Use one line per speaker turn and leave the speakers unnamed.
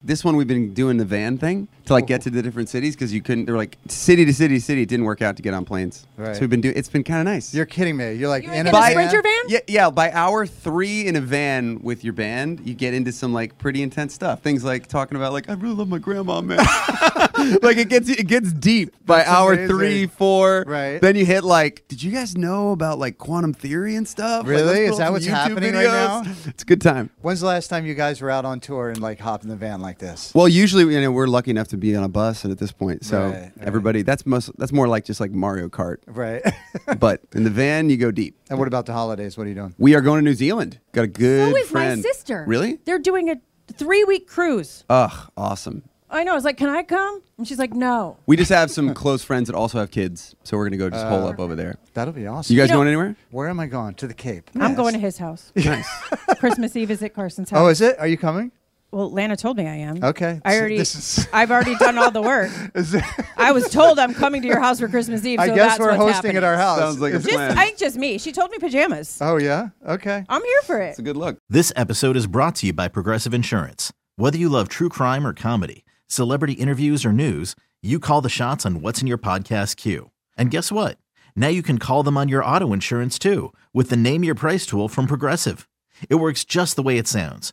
this one we've been doing the van thing to like get to the different cities because you couldn't. They're like city to city, to city. It didn't work out to get on planes.
Right.
So we've been doing. It's been kind of nice.
You're kidding me. You're like
You were
in
in
a
a
van?
Sprinter van?
Yeah, yeah. By hour three in a van with your band, you get into some like pretty intense stuff. Things like talking about like I really love my grandma, man. like it gets it gets deep by
That's
hour
amazing.
three, four.
Right.
Then you hit like, did you guys know about like quantum theory and stuff? Like, let's
Really?
pull up
Is that
some
what's
YouTube
happening right
videos.
now?
It's a good time.
When's the last time you guys were out on tour and like hopped in the van like this?
Well, usually you know we're lucky enough to be on a bus at this point, so
Right, right.
everybody that's most that's more like just like Mario Kart,
Right.
but in the van you go deep.
and what about the holidays? What are you doing?
We are going to New Zealand. Got a good
So is
friend.
my sister.
Really?
They're doing a three week cruise.
Ugh, awesome.
I know. I was like, can I come? And she's like, no.
We just have some close friends that also have kids, so we're gonna go just hole up over there.
That'll be awesome.
You guys
know-
going anywhere?
Where am I going? To the Cape.
I'm going to his house.
Nice.
Christmas Eve is at Carson's house.
Oh, is it? Are you coming?
Well, Lana told me I am.
Okay.
I
So
already.
this is-
I've already done all the work.
Is it?
I was told I'm coming to your house for Christmas Eve.
I
so
guess
that's
we're
what's
hosting
happening.
at our house.
Sounds like a
Is-
Just,
plan.
I think just me. She told me pajamas.
Oh yeah. Okay.
I'm here for it.
It's a good look.
This episode is brought to you by Progressive Insurance. Whether you love true crime or comedy, celebrity interviews or news, you call the shots on what's in your podcast queue. And guess what? Now you can call them on your auto insurance too with the Name Your Price tool from Progressive. It works just the way it sounds.